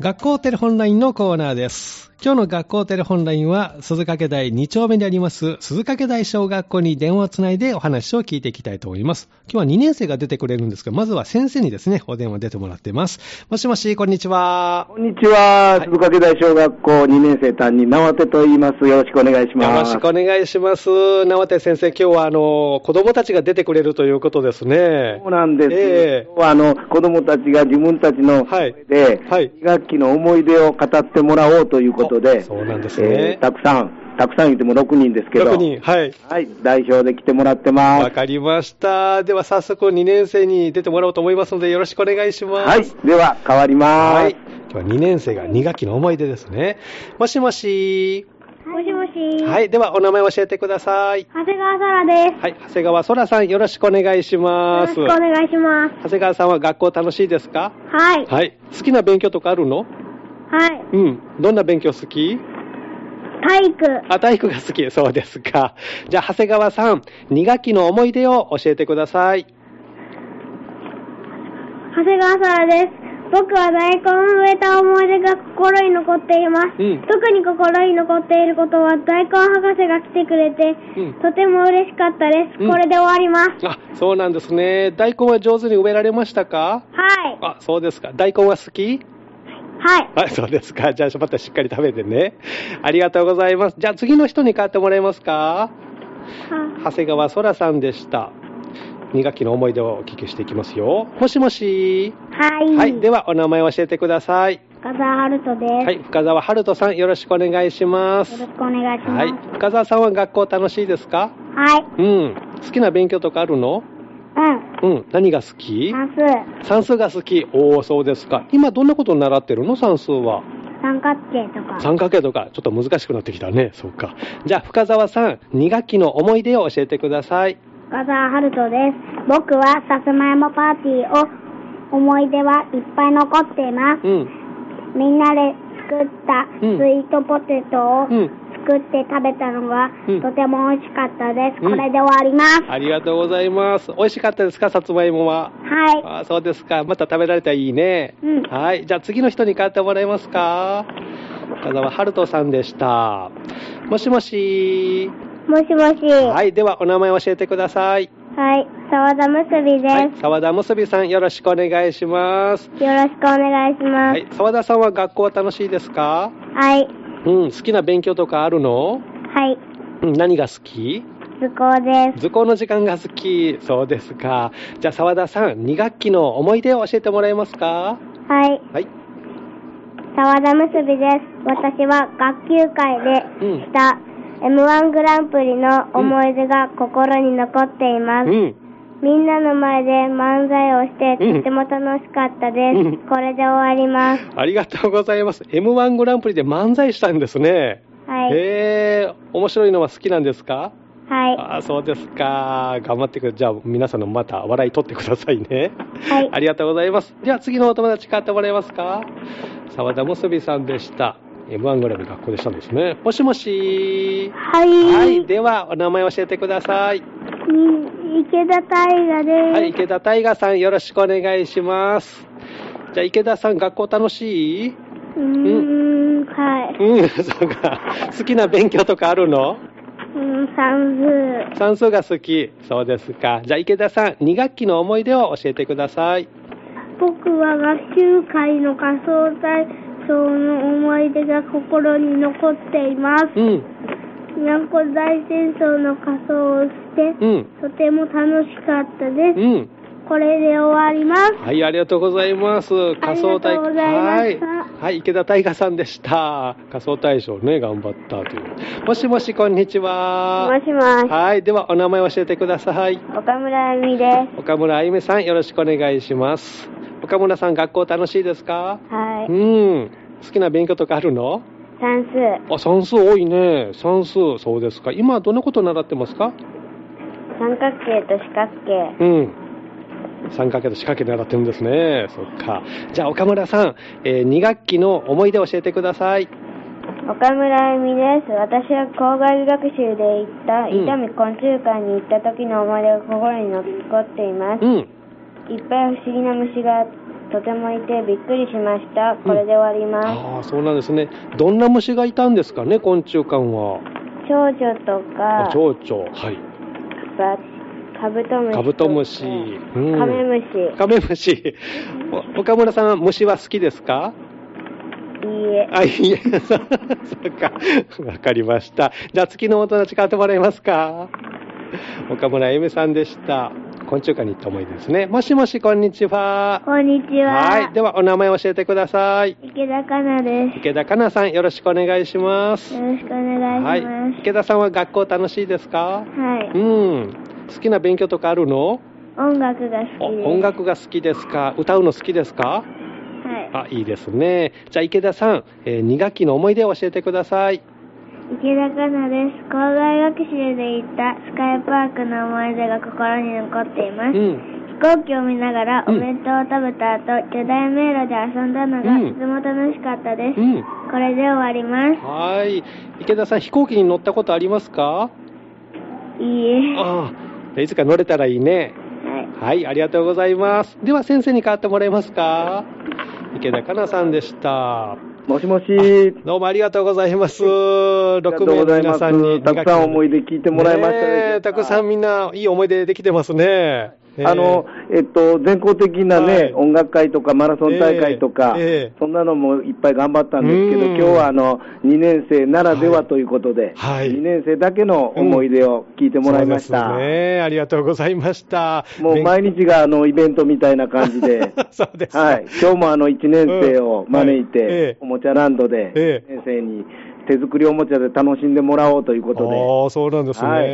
学校テレホンラインのコーナーです。今日の学校テレホンラインは、鈴掛台2丁目にあります、鈴掛台小学校に電話をつないでお話を聞いていきたいと思います。今日は2年生が出てくれるんですが、まずは先生にですね、お電話出てもらってます。もしもし、こんにちは。こんにちは、はい鈴掛大小学校2年生担任、縄手と言います。よろしくお願いしよまろす。しくお願いします。縄手先生、今日はあの、子供たちが出てくれるということですねそう。なんです。ええ今日はあの子供たちが自分たちのはい声で、はい2学期の思い出を語ってもらおうということあで、そうなんですねえーたくさん、たくさんいても6人ですけど、 6人、はい。はい、代表で来てもらってまわす。かりました。では早速2年生に出てもらおうと思いますのでよろしくお願いします。はい、では変わります。はい。今日は2年生が2学期の思い出ですね。もしもし。もしもし。。はいい。ではお名前を教えてください。長谷川沙羅です。はい。長谷川そらさんよろしくお願いしよろましす。くお願いします。長谷川さんは学校楽しいですかはい。はい。好きな勉強とかあるのはい。うん。どんな勉強好き体育。あ、体育が好き。そうですか。じゃあ、長谷川さん、2学期の思い出を教えてください。長谷川沙羅です。僕は大根を植えた思い出が心に残っています。うん特に心に残っていることは大根博士が来てくれて、うんとても嬉しかったです。うんこれで終わります。あ、そうなんですね。大根は上手に植えられましたかはい。あ、そうですか。大根は好きはい。 はい、そうですか。じゃあ、またしっかり食べてね。ありがとうございます。じゃあ、次の人に変わってもらえますか長谷川そらさんでした。2学期の思い出をお聞きしていきますよ。もしもし。はい。はい、では、お名前を教えてください。深澤春人です。はい、深澤春人さん、よろしくお願いしまよすろし。くお願いしまはい、深澤さんは学校楽しいですかす。はい。うん。好きな勉強とかあるのうん。うん。何が好き算数。算数が好き。おー、そうですか。今どんなことを習ってるの算数は。三角形とか。三角形とか、ちょっと難しくなってきたね。そうか。じゃあ、深澤さん、2学期の思い出を教えてください。深澤春人です。僕はさつまいもパーティーを思い出はいっぱい残っています。うん。みんなで作ったスうんイートポテトをうん。作って食べたのがうんとても美味しかったです。うんこれで終わります。ありがとうございます。美味しかったですか、さつまいもは。はい。あーそうですか。また食べられたらいいね。うんはい。じゃあ次の人に代わってもらえますか。深澤春人さんでした。もしもし。もしもし。ははい。い。では、お名前を教えてください。沢田結びではい。沢田結びさん、よろしくお願いします。す。よろしくお願いしまはすい。。沢田さんは学校は楽しいですかはい。うん。好きな勉強とかあるのはい。うん何が好き図工です。図工の時間が好き。そうですか。じゃあ、沢田さん、2学期の思い出を教えてもらえますかはい。はい。沢田結びです。私は学級会うんでした、M1 グランプリの思い出が心に残っています。うん。みんなの前で漫才をしてうんとても楽しかったです。うんこれで終わります。ありがとうございます。M1 グランプリで漫才したんですね。はい。へえ、面白いのは好きなんですかはい。ああ、そうですか。頑張ってくだじゃあ、皆さんのまた笑い取ってくださいね。はいありがとうございます。では、次のお友達変わってもらえますか沢田結びさんでした。M1 グランプリ学校でしたんですね。もしもし。はい。はい。では、お名前を教えてください。に池田大河です。はい。池田大河さん、よろしくお願いします。じゃあ、池田さん、学校楽しいうーん、はい。うん、そうか。好きな勉強とかあるのうん、算数。算数が好き。そうですか。じゃあ池田さん、2学期の思い出を教えてください。僕は学習会の仮想体操の思い出が心に残っています。うん、にゃんこ大戦争の仮装をして、うん、とても楽しかったです。うん。これで終わります。はい、ありがとうございます。仮想大ありがとうございまはしいた。はい、池田大河さんでした。仮想大賞ね、頑張ったという。もしもし、こんにちは。しもはい、ではお名前を教えてください。し、岡村あゆみで岡村あゆめさん、よろしくお願いします。岡村さん、学校楽しいですかす。はう。ん。好きな勉強とかあるの算数、あ、算数多いね。算数、そうですか。今、どんなこと習ってますか三角形と四角形。うん。三角形と四角形習ってるんですね。そっか。じゃあ、岡村さん、え2学期の思い出を教えてください。岡村あゆみです。私は校外学習で行った、うん伊丹昆虫館に行った時の思い出が心に残っていますう。ん。いっぱい不思議な虫がとてもいてびっくりしました。これで終わります。ああ、そうなんですね。どんな虫がいたんですかね、昆虫館は。蝶々とかあ、蝶々。はい。バカブトムシとか。カブトムシうんカメムシ。カメムシ。お岡村さん、虫は好きですかいいえ。あ、いいえ。 そっか。わかりました。じゃあ、月のお友達買ってもらえますか岡村えめさんでした。昆虫館に行った思い出ですね。もしもし、こんにちは。こんにちは。はい。では、お名前教えてください。池田かなです。池田かなさん、よろしくお願いします。よろしくお願いしまはい。池田さんは学校楽しいですかす。はい。うん。好きな勉強とかあるの音楽がお好きです。音楽が好きですか歌うの好きですかはい。あ、いいですね。じゃあ、池田さん、え2学期の思い出を教えてください。池田かなです。校外学習で行ったスカイパークの思い出が心に残っていまうす。ん。飛行機を見ながらうおん弁当を食べた後、巨大迷路で遊んだのうがんとても楽しかったです。うん。これで終わります。はい。池田さん、飛行機に乗ったことありますかいいえ。はああ。いつか乗れたらいいね。い。はい、ありがとうございます。では、先生に代わってもらえますか池田かなさんでした。もしもし、どうもありがとうございます。6ありがとう名ござのいま皆すさんに。たくさん思い出聞いてもらいましたねねえたくさんみんないい思い出できてますね。ええあの、えっと、全国的なね、はい音楽会とかマラソン大会とか、ええええそんなのもいっぱい頑張ったんですけど、うん今日はあの、2年生ならでははいということで、はい2年生だけの思い出を聞いてもらいました。そうですね。ありがとうございました。もう毎日日があの、イベントみたいな感じで、 そうですか。はい、今日もあの1年生を招いうんはいええて、おもちゃランドで、ええ1年生に手作りおもちゃで楽しんでもらおうということで、ああ、そうなんですね。はい、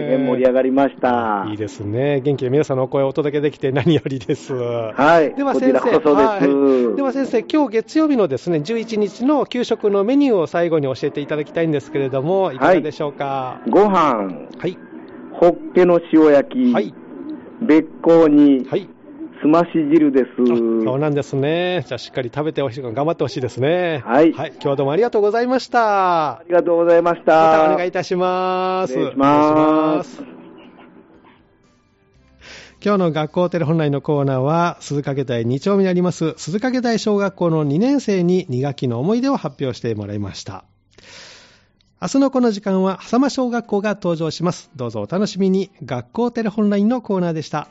大変盛り上がりました。いいですね。元気で皆さんのお声をお届けできて何よりです。はい、ではこ先ち生、らこそです。はいでは先生、今日月曜日のですね、11日の給食のメニューを最後に教えていただきたいんですけれども、いかがでしょうか。ご飯、はい。ホッケの塩焼き、はい。べっこうに、はい。すまし汁です。あそうなんですね。じゃあしっかり食べておいしい頑張ってほしいですね。はいはい。今日はどうもありがとうございました。ありがとうございました。またお願いいたします。失礼しますお願いします今日の学校テレホンラインのコーナーは、鈴掛台2丁目にあります、鈴掛台小学校の2年生に2学期の思い出を発表してもらいました。明日のこの時間は、狭間小学校が登場します。どうぞお楽しみに、学校テレホンラインのコーナーでした。